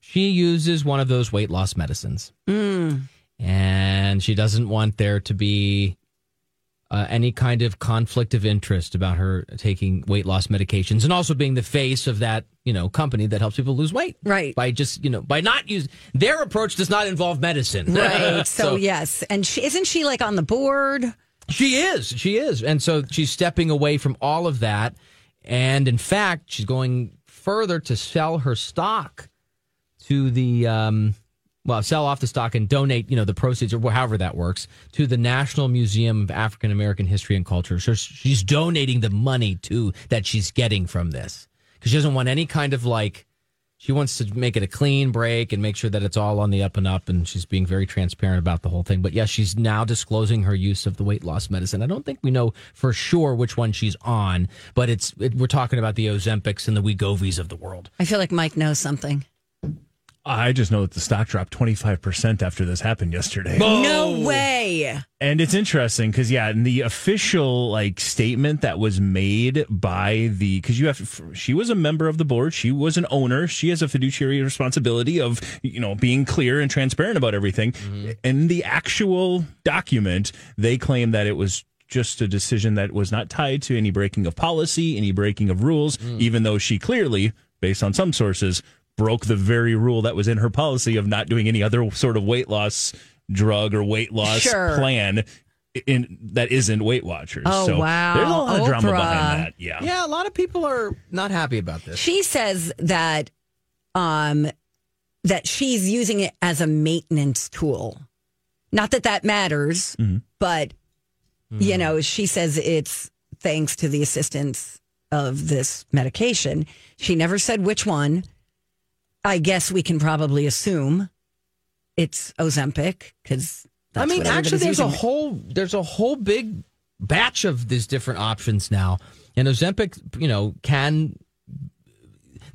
Speaker 2: she uses one of those weight loss medicines.
Speaker 1: Hmm.
Speaker 2: And she doesn't want there to be uh, any kind of conflict of interest about her taking weight loss medications and also being the face of that, you know, company that helps people lose weight.
Speaker 1: Right.
Speaker 2: By just, you know, by not use their approach does not involve medicine.
Speaker 1: Right. so, yes, and she isn't she like on the board?
Speaker 2: She is. She is. And so she's stepping away from all of that. And in fact, she's going further to sell her stock to the, um, well, sell off the stock and donate, you know, the proceeds or however that works to the National Museum of African American History and Culture. So she's donating the money to that she's getting from this because she doesn't want any kind of like, she wants to make it a clean break and make sure that it's all on the up and up and she's being very transparent about the whole thing but yes she's now disclosing her use of the weight loss medicine i don't think we know for sure which one she's on but it's it, we're talking about the ozempics and the wegovies of the world
Speaker 1: I feel like Mike knows something.
Speaker 3: I just know that the stock dropped 25% after this happened yesterday.
Speaker 1: No way.
Speaker 3: And it's interesting because yeah, in the official like statement that was made by the because you have to, she was a member of the board, she was an owner, she has a fiduciary responsibility of you know being clear and transparent about everything. In the actual document, they claim that it was just a decision that was not tied to any breaking of policy, any breaking of rules, even though she clearly, based on some sources, broke the very rule that was in her policy of not doing any other sort of weight loss drug or weight loss
Speaker 1: Sure.
Speaker 3: plan in that isn't Weight Watchers.
Speaker 1: Oh,
Speaker 3: so
Speaker 1: wow.
Speaker 3: There's a lot of drama
Speaker 1: Oprah.
Speaker 3: behind that. Yeah.
Speaker 2: yeah a lot of people are not happy about this
Speaker 1: She says that um that she's using it as a maintenance tool. Not that that matters,
Speaker 2: Mm-hmm.
Speaker 1: but you know, she says it's thanks to the assistance of this medication. She never said which one. I guess we can probably assume it's Ozempic cuz
Speaker 2: I mean, actually, there's a whole there's a whole big batch of these different options now, and Ozempic, you know, can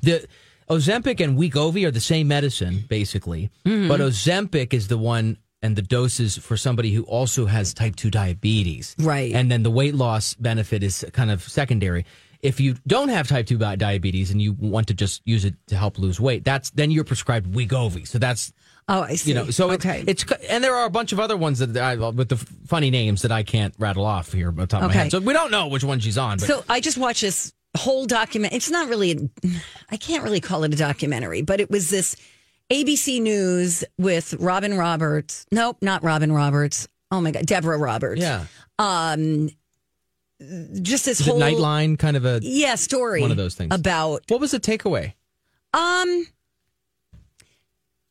Speaker 2: the Ozempic and Wegovy are the same medicine basically, but Ozempic is the one and the doses for somebody who also has type two diabetes,
Speaker 1: Right.
Speaker 2: And then the weight loss benefit is kind of secondary. If you don't have type two di- diabetes and you want to just use it to help lose weight, that's then you're prescribed Wegovy. So that's
Speaker 1: Oh, I see.
Speaker 2: you know, so
Speaker 1: okay.
Speaker 2: it's, it's and there are a bunch of other ones that I with the f- funny names that I can't rattle off here on top of my
Speaker 1: Okay.
Speaker 2: head. So we don't know which one she's on. But
Speaker 1: So I just watched this whole document. It's not really, I can't really call it a documentary, but it was this ABC News with Robin Roberts. Nope, not Robin Roberts. Oh my God, Deborah Roberts.
Speaker 2: yeah,
Speaker 1: Um, just this
Speaker 2: is
Speaker 1: whole
Speaker 2: it Nightline kind of a?
Speaker 1: yeah story.
Speaker 2: One of those things.
Speaker 1: about
Speaker 2: What was the takeaway?
Speaker 1: um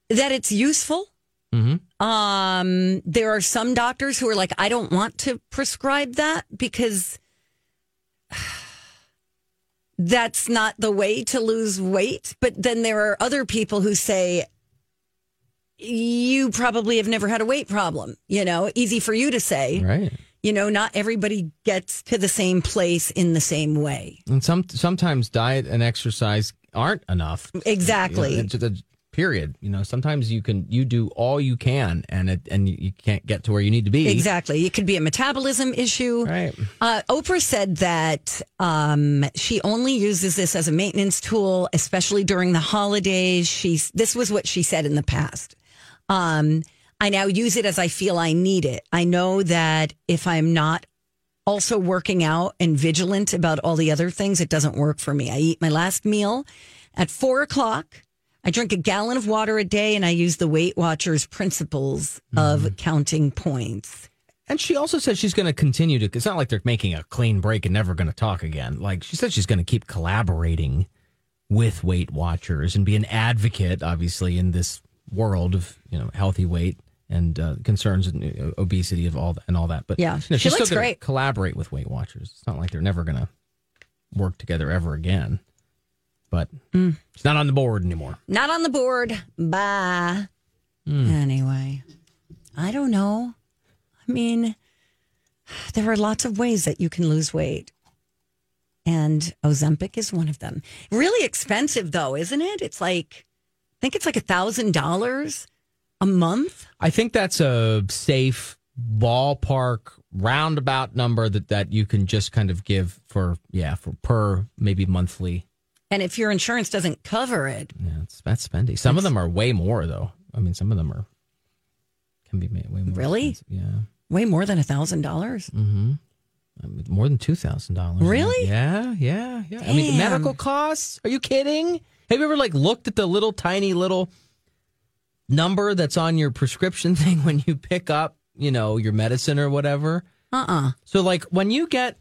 Speaker 1: that it's useful.
Speaker 2: Mm-hmm.
Speaker 1: Um, there are some doctors who are like, I don't want to prescribe that because that's not the way to lose weight. But then there are other people who say, you probably have never had a weight problem. You know, easy for you to say.
Speaker 2: Right,
Speaker 1: You know, not everybody gets to the same place in the same way.
Speaker 2: and some sometimes diet and exercise aren't enough.
Speaker 1: Exactly.
Speaker 2: You know, to the period. You know, sometimes you can you do all you can, and it and you can't get to where you need to be.
Speaker 1: Exactly. It could be a metabolism issue.
Speaker 2: Right.
Speaker 1: Uh, Oprah said that um, she only uses this as a maintenance tool, especially during the holidays. She's this was what she said in the past. Um, I now use it as I feel I need it. I know that if I'm not also working out and vigilant about all the other things, it doesn't work for me. I eat my last meal at four o'clock. I drink a gallon of water a day, and I use the Weight Watchers principles of counting points.
Speaker 2: And she also says she's going to continue to. It's not like they're making a clean break and never going to talk again. Like she said, she's going to keep collaborating with Weight Watchers and be an advocate, obviously, in this world of you know healthy weight and uh, concerns and uh, obesity of all and all that. But
Speaker 1: Yeah.
Speaker 2: you know,
Speaker 1: She
Speaker 2: she's
Speaker 1: looks
Speaker 2: still going to
Speaker 1: great.
Speaker 2: collaborate with Weight Watchers. It's not like they're never going to work together ever again. But
Speaker 1: Mm.
Speaker 2: it's not on the board anymore.
Speaker 1: Not on the board. Bye. Anyway, I don't know. I mean, there are lots of ways that you can lose weight. And Ozempic is one of them. Really expensive though, isn't it? It's like I think it's like a thousand dollars a month.
Speaker 2: I think that's a safe ballpark roundabout number that that you can just kind of give for yeah for per maybe monthly.
Speaker 1: And if your insurance doesn't cover it,
Speaker 2: Yeah, it's, that's spendy. Some of them are way more though. I mean, some of them are can be made way more.
Speaker 1: Really?
Speaker 2: expensive. Yeah.
Speaker 1: way more than a thousand dollars.
Speaker 2: I mean, more than two thousand dollars.
Speaker 1: Really?
Speaker 2: Yeah, yeah, yeah. I mean, the
Speaker 1: Damn.
Speaker 2: medical costs. Are you kidding? Have you ever like looked at the little tiny little number that's on your prescription thing when you pick up, you know, your medicine or whatever?
Speaker 1: Uh uh
Speaker 2: So like when you get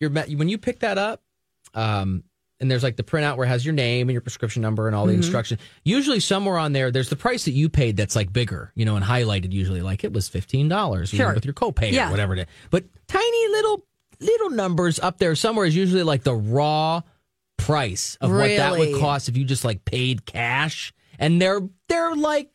Speaker 2: your med- when you pick that up, um, and there's like the printout where it has your name and your prescription number and all
Speaker 1: Mm-hmm.
Speaker 2: the instruction. Usually somewhere on there, there's the price that you paid that's like bigger, you know, and highlighted usually like it was fifteen dollars you know,
Speaker 1: Sure.
Speaker 2: with your copay
Speaker 1: Yeah.
Speaker 2: or whatever it is. But tiny little little numbers up there somewhere is usually like the raw price of what that would
Speaker 1: Really?
Speaker 2: cost if you just like paid cash. And they're they're like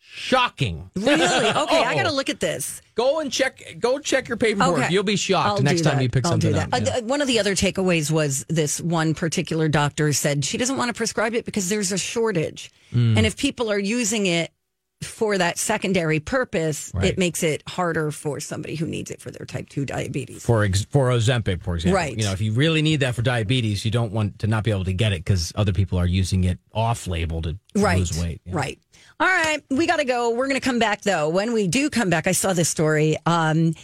Speaker 2: shocking.
Speaker 1: Really? Okay, I
Speaker 2: Oh.
Speaker 1: gotta look at this.
Speaker 2: Go and check. Go check your paperwork. You'll be shocked
Speaker 1: I'll
Speaker 2: the next
Speaker 1: do
Speaker 2: time
Speaker 1: that.
Speaker 2: you pick
Speaker 1: I'll
Speaker 2: something
Speaker 1: do
Speaker 2: up.
Speaker 1: that. Uh, th- one of the other takeaways was this one particular doctor said she doesn't want to prescribe it because there's a shortage,
Speaker 2: Hmm.
Speaker 1: and if people are using it for that secondary purpose,
Speaker 2: Right.
Speaker 1: it makes it harder for somebody who needs it for their type two diabetes.
Speaker 2: For ex- for Ozempic, for example,
Speaker 1: Right.
Speaker 2: You know, if you really need that for diabetes, you don't want to not be able to get it because other people are using it off label to
Speaker 1: right.
Speaker 2: lose weight. Yeah.
Speaker 1: Right. All right. We got to go. We're going to come back though. When we do come back, I saw this story. Um,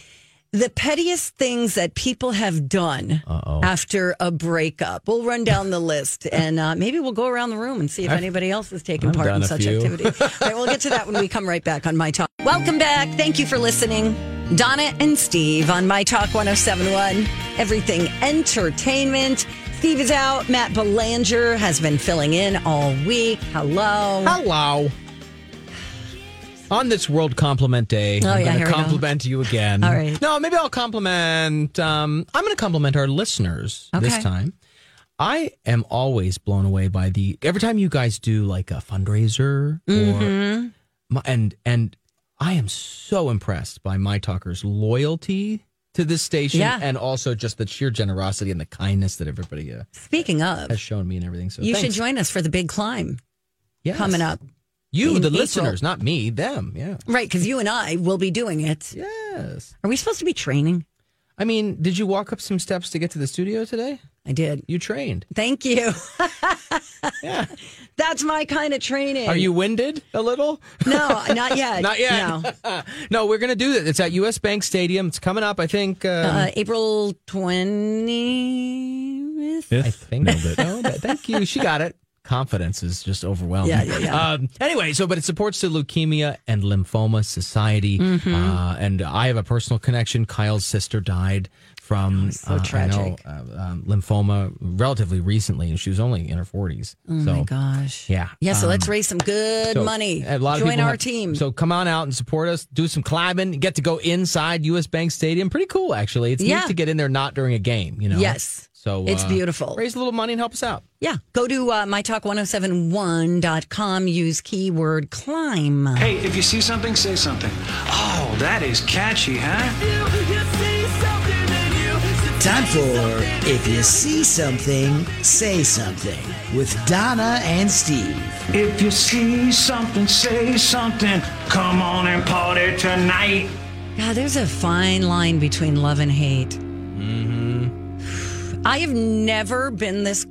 Speaker 1: the pettiest things that people have done after a breakup. We'll run down the list and uh, maybe we'll go around the room and see if anybody else has taken
Speaker 2: I've
Speaker 1: part
Speaker 2: done
Speaker 1: in
Speaker 2: a
Speaker 1: such
Speaker 2: few.
Speaker 1: activities. All right, we'll get to that when we come right back on My Talk. Welcome back. Thank you for listening. Donna and Steve on My Talk 1071. Everything entertainment. Steve is out. Matt Belanger has been filling in all week. Hello.
Speaker 2: Hello. On this World Compliment Day,
Speaker 1: Oh,
Speaker 2: I'm
Speaker 1: yeah,
Speaker 2: going
Speaker 1: here we
Speaker 2: to
Speaker 1: go.
Speaker 2: compliment you again.
Speaker 1: All right.
Speaker 2: No, maybe I'll compliment. Um, I'm going to compliment our listeners this
Speaker 1: Okay.
Speaker 2: time. I am always blown away by the every time you guys do like a fundraiser
Speaker 1: Mm-hmm.
Speaker 2: or my- and and I am so impressed by my talker's loyalty to this station
Speaker 1: Yeah.
Speaker 2: and also just the sheer generosity and the kindness that everybody uh,
Speaker 1: Speaking of,
Speaker 2: has shown me and everything. So
Speaker 1: you
Speaker 2: thanks.
Speaker 1: should join us for the big climb
Speaker 2: Yes.
Speaker 1: coming up.
Speaker 2: You,
Speaker 1: in
Speaker 2: the
Speaker 1: April.
Speaker 2: listeners, not me, them. Yeah.
Speaker 1: Right, because you and I will be doing it.
Speaker 2: Yes.
Speaker 1: Are we supposed to be training?
Speaker 2: I mean, did you walk up some steps to get to the studio today?
Speaker 1: I did.
Speaker 2: You trained.
Speaker 1: Thank you.
Speaker 2: Yeah.
Speaker 1: That's my kind of training.
Speaker 2: Are you winded a little?
Speaker 1: No, not yet.
Speaker 2: Not yet.
Speaker 1: No.
Speaker 2: no, we're going to do that. It's at US Bank Stadium. It's coming up, I think. Um,
Speaker 1: Uh, April 20th.
Speaker 2: I think. No, that- thank you. She got it. Confidence is just overwhelming.
Speaker 1: Yeah, yeah, yeah.
Speaker 2: Um, anyway, so but it supports the Leukemia and Lymphoma Society,
Speaker 1: Mm-hmm.
Speaker 2: uh, and I have a personal connection. Kyle's sister died from
Speaker 1: Oh, so
Speaker 2: I know,
Speaker 1: tragic.
Speaker 2: uh, um, lymphoma relatively recently, and she was only in her forties.
Speaker 1: Oh
Speaker 2: so,
Speaker 1: my gosh.
Speaker 2: Yeah.
Speaker 1: Yeah, so
Speaker 2: Um,
Speaker 1: let's raise some good
Speaker 2: so,
Speaker 1: money.
Speaker 2: A lot of
Speaker 1: Join
Speaker 2: people
Speaker 1: our
Speaker 2: have-
Speaker 1: team.
Speaker 2: So come on out and support us. Do some climbing. Get to go inside U.S. Bank Stadium. Pretty cool, actually. It's
Speaker 1: Yeah.
Speaker 2: neat to get in there not during a game. You know.
Speaker 1: Yes.
Speaker 2: So
Speaker 1: It's
Speaker 2: uh,
Speaker 1: beautiful.
Speaker 2: Raise a little money and help us out.
Speaker 1: yeah, go to uh, mytalk1071.com, use keyword climb.
Speaker 8: Hey, if you see something, say something. Oh, that is catchy, huh?
Speaker 9: Time for If You See Something, Say Something with Donna and Steve.
Speaker 8: If you see something, say something. Come on and party tonight.
Speaker 1: God, there's a fine line between love and hate. Mm-hmm. I have never been this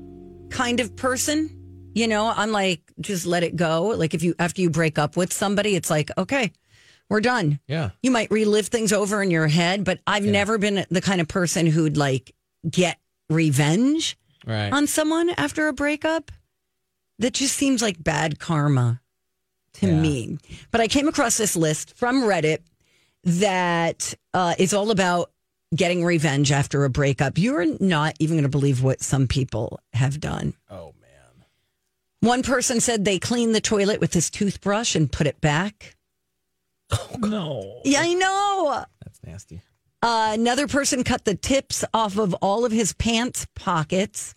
Speaker 1: kind of person. You know, I'm like, just let it go. Like, if you, after you break up with somebody, it's like, okay, we're done.
Speaker 2: Yeah.
Speaker 1: You might relive things over in your head, but I've never been the kind of person who'd like get revenge
Speaker 2: Right.
Speaker 1: on someone after a breakup. That just seems like bad karma to me. But I came across this list from Reddit that uh, is all about getting revenge after a breakup. You're not even going to believe what some people have done.
Speaker 2: oh man.
Speaker 1: One person said they cleaned the toilet with his toothbrush and put it back.
Speaker 3: No.
Speaker 1: Yeah, I know.
Speaker 2: That's nasty.
Speaker 1: Uh, another person cut the tips off of all of his pants pockets.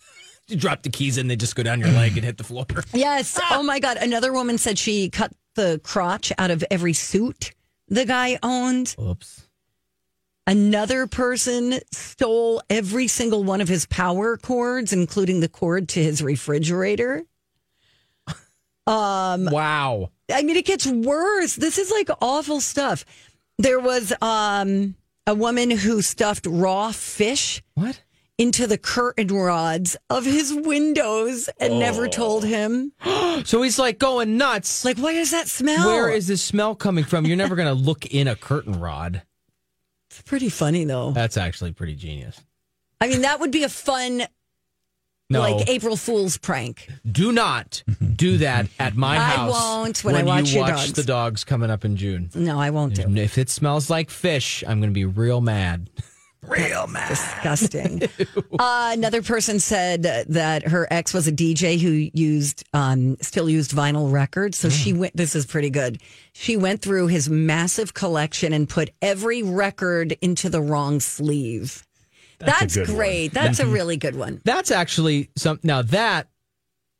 Speaker 2: You drop the keys and they just go down your leg and hit the floor.
Speaker 1: Yes.
Speaker 2: Ah!
Speaker 1: Oh my God. Another woman said she cut the crotch out of every suit the guy owned.
Speaker 2: Oops.
Speaker 1: Another person stole every single one of his power cords, including the cord to his refrigerator. Um,
Speaker 2: wow.
Speaker 1: I mean, it gets worse. This is like awful stuff. There was um, a woman who stuffed raw fish
Speaker 2: what
Speaker 1: into the curtain rods of his windows and
Speaker 2: Oh.
Speaker 1: never told him.
Speaker 2: so he's like going nuts.
Speaker 1: Like, why does that smell?
Speaker 2: Where is this smell coming from? You're never going to look in a curtain rod.
Speaker 1: It's pretty funny though.
Speaker 2: That's actually pretty genius.
Speaker 1: I mean, that would be a fun,
Speaker 2: No.
Speaker 1: like April Fool's prank.
Speaker 2: Do not do that at my
Speaker 1: I
Speaker 2: house.
Speaker 1: won't when I watch
Speaker 2: you
Speaker 1: your
Speaker 2: watch
Speaker 1: dogs.
Speaker 2: the dogs coming up in June.
Speaker 1: No, I won't do. it.
Speaker 2: If it smells like fish, I'm going to be real mad.
Speaker 1: Real man. Disgusting. uh, another person said that her ex was a DJ who used, um, still used vinyl records. So
Speaker 3: Mm.
Speaker 1: she went, this is pretty good. She went through his massive collection and put every record into the wrong sleeve.
Speaker 3: That's a
Speaker 1: That's,
Speaker 3: good one.
Speaker 1: great. That's a really good one.
Speaker 2: That's actually some. Now that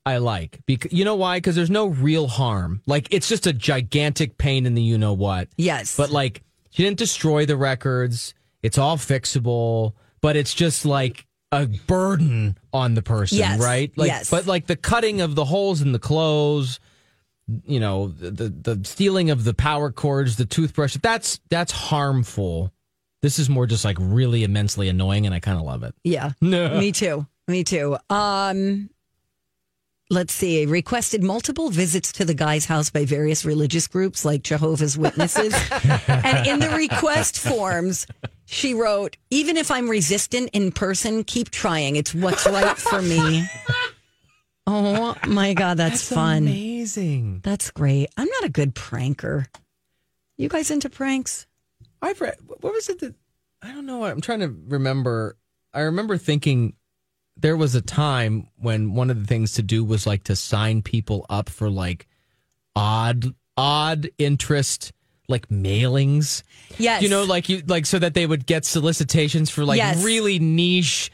Speaker 2: I like, because you know why? Because there's no real harm. Like it's just a gigantic pain in the you know what.
Speaker 1: Yes.
Speaker 2: But like she didn't destroy the records. It's all fixable. But it's just like a burden on the person,
Speaker 1: Yes.
Speaker 2: right? Like,
Speaker 1: Yes.
Speaker 2: But like the cutting of the holes in the clothes. You know the, the the stealing of the power cords, the toothbrush. That's that's harmful. This is more just like really immensely annoying, and I kind of love it.
Speaker 1: Yeah.
Speaker 2: No.
Speaker 1: Me too. Me too. Um let's see. Requested multiple visits to the guy's house by various religious groups like Jehovah's Witnesses. and in the request forms, she wrote, "Even if I'm resistant in person, keep trying. It's what's right for me." Oh my god, that's, fun.
Speaker 2: Amazing.
Speaker 1: That's great. I'm not a good pranker. You guys into pranks?
Speaker 2: I've read. What was it that I don't know? I'm trying to remember. I remember thinking there was a time when one of the things to do was like to sign people up for like odd, odd interest, like mailings.
Speaker 1: Yes.
Speaker 2: You know, like you like so that they would get solicitations for like
Speaker 1: Yes.
Speaker 2: really niche,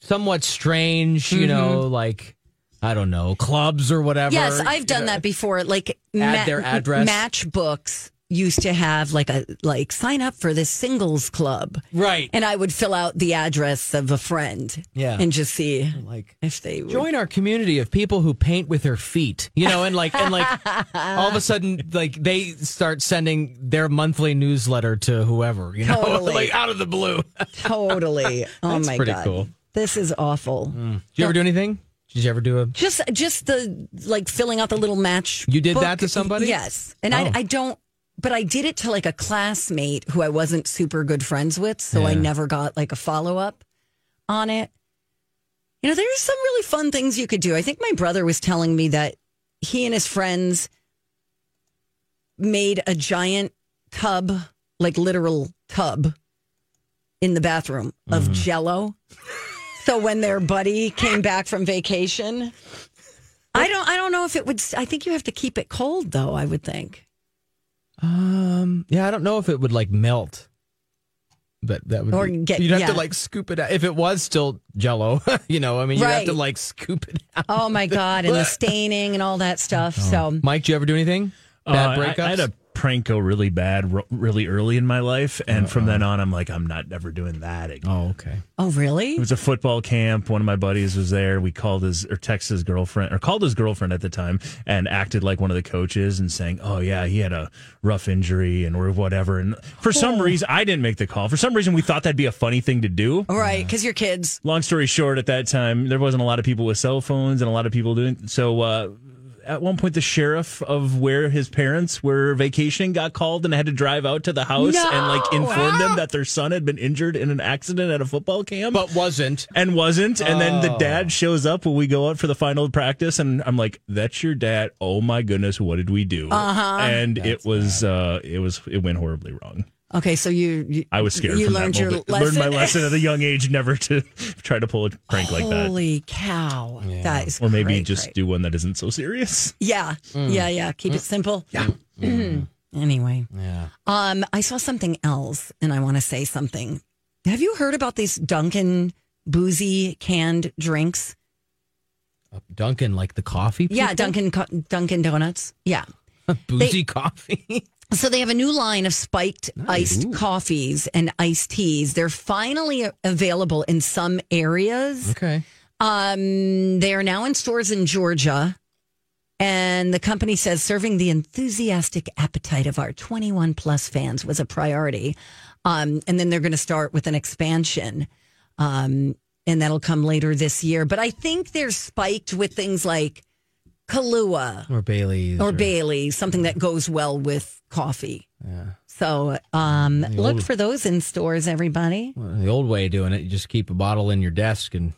Speaker 2: somewhat strange.
Speaker 1: Mm-hmm.
Speaker 2: You know, like I don't know clubs or whatever.
Speaker 1: Yes, I've done that before. Like ma-
Speaker 2: their address.
Speaker 1: Matchbooks used to have like a like sign up for this singles club,
Speaker 2: Right.
Speaker 1: and I would fill out the address of a friend,
Speaker 2: Yeah.
Speaker 1: and just see
Speaker 2: like
Speaker 1: if they would.
Speaker 2: join our community of people who paint with their feet you know and like and like all of a sudden like they start sending their monthly newsletter to whoever you know
Speaker 1: Totally.
Speaker 2: like out of the blue
Speaker 1: totally. Oh
Speaker 2: That's
Speaker 1: my
Speaker 2: pretty
Speaker 1: god,
Speaker 2: cool.
Speaker 1: this is awful.
Speaker 2: did you ever do anything did you ever do a
Speaker 1: Just just the like filling out the little match.
Speaker 2: You did
Speaker 1: book.
Speaker 2: that to somebody?
Speaker 1: Yes, and
Speaker 2: Oh.
Speaker 1: I I don't. But I did it to like a classmate who I wasn't super good friends with, so I
Speaker 2: Yeah.
Speaker 1: never got like a follow up on it. You know, there's some really fun things you could do. I think my brother was telling me that he and his friends made a giant tub, like literal tub, in the bathroom of
Speaker 2: Mm-hmm.
Speaker 1: Jello. so when their buddy came back from vacation, I don't, I don't know if it would. I think you have to keep it cold, though. I would think.
Speaker 2: um yeah i don't know if it would like melt but that would
Speaker 1: Or
Speaker 2: be,
Speaker 1: get-
Speaker 2: you'd have to
Speaker 1: yeah.
Speaker 2: like scoop it out if it was still jello you know i mean you'd have to
Speaker 1: Right.
Speaker 2: like scoop it out
Speaker 1: Oh my god, and the staining and all that stuff.
Speaker 3: Oh.
Speaker 1: So
Speaker 2: mike do you ever do anything
Speaker 3: Uh,
Speaker 2: bad
Speaker 3: I-
Speaker 2: breakups
Speaker 3: I, had a prank go really bad ro- really early in my life, and from
Speaker 2: Uh-huh.
Speaker 3: then on, I'm like, I'm not never doing that again.
Speaker 2: oh okay
Speaker 1: Oh, really?
Speaker 3: It was a football camp. One of my buddies was there. We called his or texted his girlfriend or called his girlfriend at the time and acted like one of the coaches and saying, "Oh yeah, he had a rough injury and or whatever." And for some reason, I didn't make the call. For some reason, we thought that'd be a funny thing to do.
Speaker 1: all right, because your kids.
Speaker 3: Long story short, at that time, there wasn't a lot of people with cell phones and a lot of people doing so. Uh, at one point, the sheriff of where his parents were vacationing got called and had to drive out to the house and like inform them that their son had been injured in an accident at a football camp
Speaker 2: but wasn't
Speaker 3: and wasn't. And then the dad shows up when we go out for the final practice, and I'm like, "That's your dad! Oh my goodness, what did we do?" Uh-huh. And it was uh, it was it went horribly wrong.
Speaker 1: Okay, so you, you
Speaker 3: I was scared.
Speaker 1: You
Speaker 3: from
Speaker 1: learned
Speaker 3: that
Speaker 1: your
Speaker 3: moment.
Speaker 1: lesson.
Speaker 3: Learned my lesson at a young age never to try to pull a prank like that.
Speaker 1: Holy cow! That is
Speaker 3: or maybe
Speaker 1: great,
Speaker 3: just
Speaker 1: great.
Speaker 3: do one that isn't so serious.
Speaker 1: yeah,
Speaker 3: Mm.
Speaker 1: yeah, yeah. Keep it simple. Yeah. anyway,
Speaker 2: yeah.
Speaker 1: um, I saw something else, and I want to say something. Have you heard about these Dunkin' boozy canned drinks?
Speaker 2: Duncan, like the coffee.
Speaker 1: Yeah,
Speaker 2: people?
Speaker 1: Dunkin' co- Dunkin' Donuts. Yeah.
Speaker 2: Boozy
Speaker 1: They-
Speaker 2: coffee.
Speaker 1: So they have a new line of spiked iced coffees and iced teas. They're finally available in some areas.
Speaker 2: Okay.
Speaker 1: Um, they are now in stores in Georgia. And the company says serving the enthusiastic appetite of our 21 plus fans was a priority. Um, and then they're going to start with an expansion. Um, and that'll come later this year. But I think they're spiked with things like Kahlua
Speaker 2: Or Bailey's.
Speaker 1: or Bailey, something that goes well with coffee. Yeah. So um, look
Speaker 2: old-
Speaker 1: for those in stores, everybody.
Speaker 2: Well, the old way of doing it, you just keep a bottle in your desk and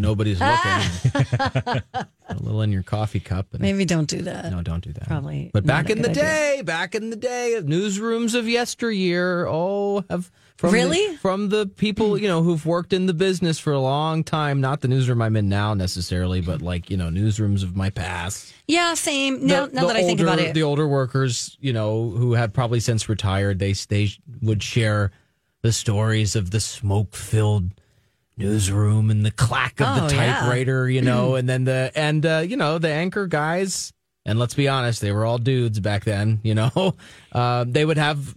Speaker 2: nobody's looking, a little in your coffee cup. And
Speaker 1: Maybe don't do that.
Speaker 2: No, don't do that.
Speaker 1: Probably.
Speaker 2: But
Speaker 1: not
Speaker 2: back
Speaker 1: a
Speaker 2: in the
Speaker 1: good idea.
Speaker 2: day, back in the day of newsrooms of yesteryear, oh, have from
Speaker 1: Really?
Speaker 2: the, from the people you know who've worked in the business for a long time, not the newsroom I'm in now necessarily, but like you know newsrooms of my past.
Speaker 1: Yeah, same. Now,
Speaker 2: The-
Speaker 1: now
Speaker 2: the
Speaker 1: that I think
Speaker 2: older-
Speaker 1: about it,
Speaker 2: the older workers, you know, who have probably since retired, they they would share the stories of the smoke filled newsroom and the clack of
Speaker 1: Oh,
Speaker 2: the
Speaker 1: yeah.
Speaker 2: typewriter, you know, and then the and uh, you know the anchor guys. And let's be honest, they were all dudes back then, you know. Uh, they would have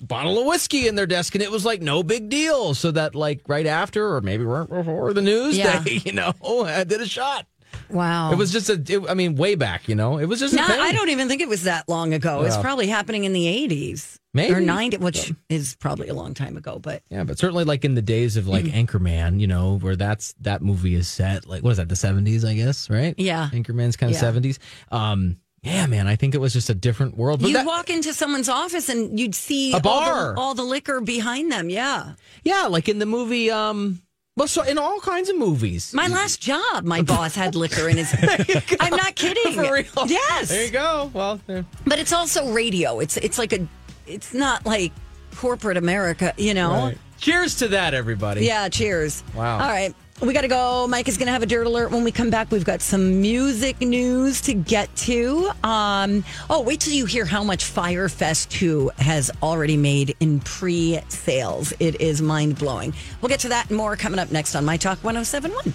Speaker 2: bottle of whiskey in their desk, and it was like no big deal. So that like right after, or maybe right before the news
Speaker 1: Yeah.
Speaker 2: day, you know, I did a shot.
Speaker 1: wow.
Speaker 2: It was just a, it, I mean, way back, you know, it was just.
Speaker 1: No,
Speaker 2: a thing.
Speaker 1: I don't even think it was that long ago. It's
Speaker 2: Yeah.
Speaker 1: probably happening in the 80s
Speaker 2: Maybe.
Speaker 1: or 90s, which is probably a long time ago. But
Speaker 2: Yeah, but certainly like in the days of
Speaker 1: Mm-hmm.
Speaker 2: like Anchorman, you know, where that's that movie is set. Like, what is that? The seventies, I guess, right?
Speaker 1: Yeah.
Speaker 2: Anchorman's kind of
Speaker 1: Yeah.
Speaker 2: seventies. Um, yeah, man, I think it was just a different world. But
Speaker 1: you'd
Speaker 2: that-
Speaker 1: walk into someone's office and you'd see
Speaker 2: A
Speaker 1: all the-
Speaker 2: bar.
Speaker 1: all the, liquor behind them. Yeah.
Speaker 2: yeah, like in the movie. Um, well, so in all kinds of movies.
Speaker 1: My last job, my boss had liquor in his. I'm not kidding.
Speaker 2: For real.
Speaker 1: Yes.
Speaker 2: There you go. Well, there-
Speaker 1: But it's also radio. It's it's like a it's not like corporate America, you know.
Speaker 2: right. cheers to that, everybody.
Speaker 1: Yeah, cheers.
Speaker 2: Wow.
Speaker 1: All right. We got to go. Mike is going to have a dirt alert when we come back. We've got some music news to get to. Um, oh, wait till you hear how much Firefest 2 has already made in pre sales. It is mind blowing. We'll get to that and more coming up next on My Talk 1071.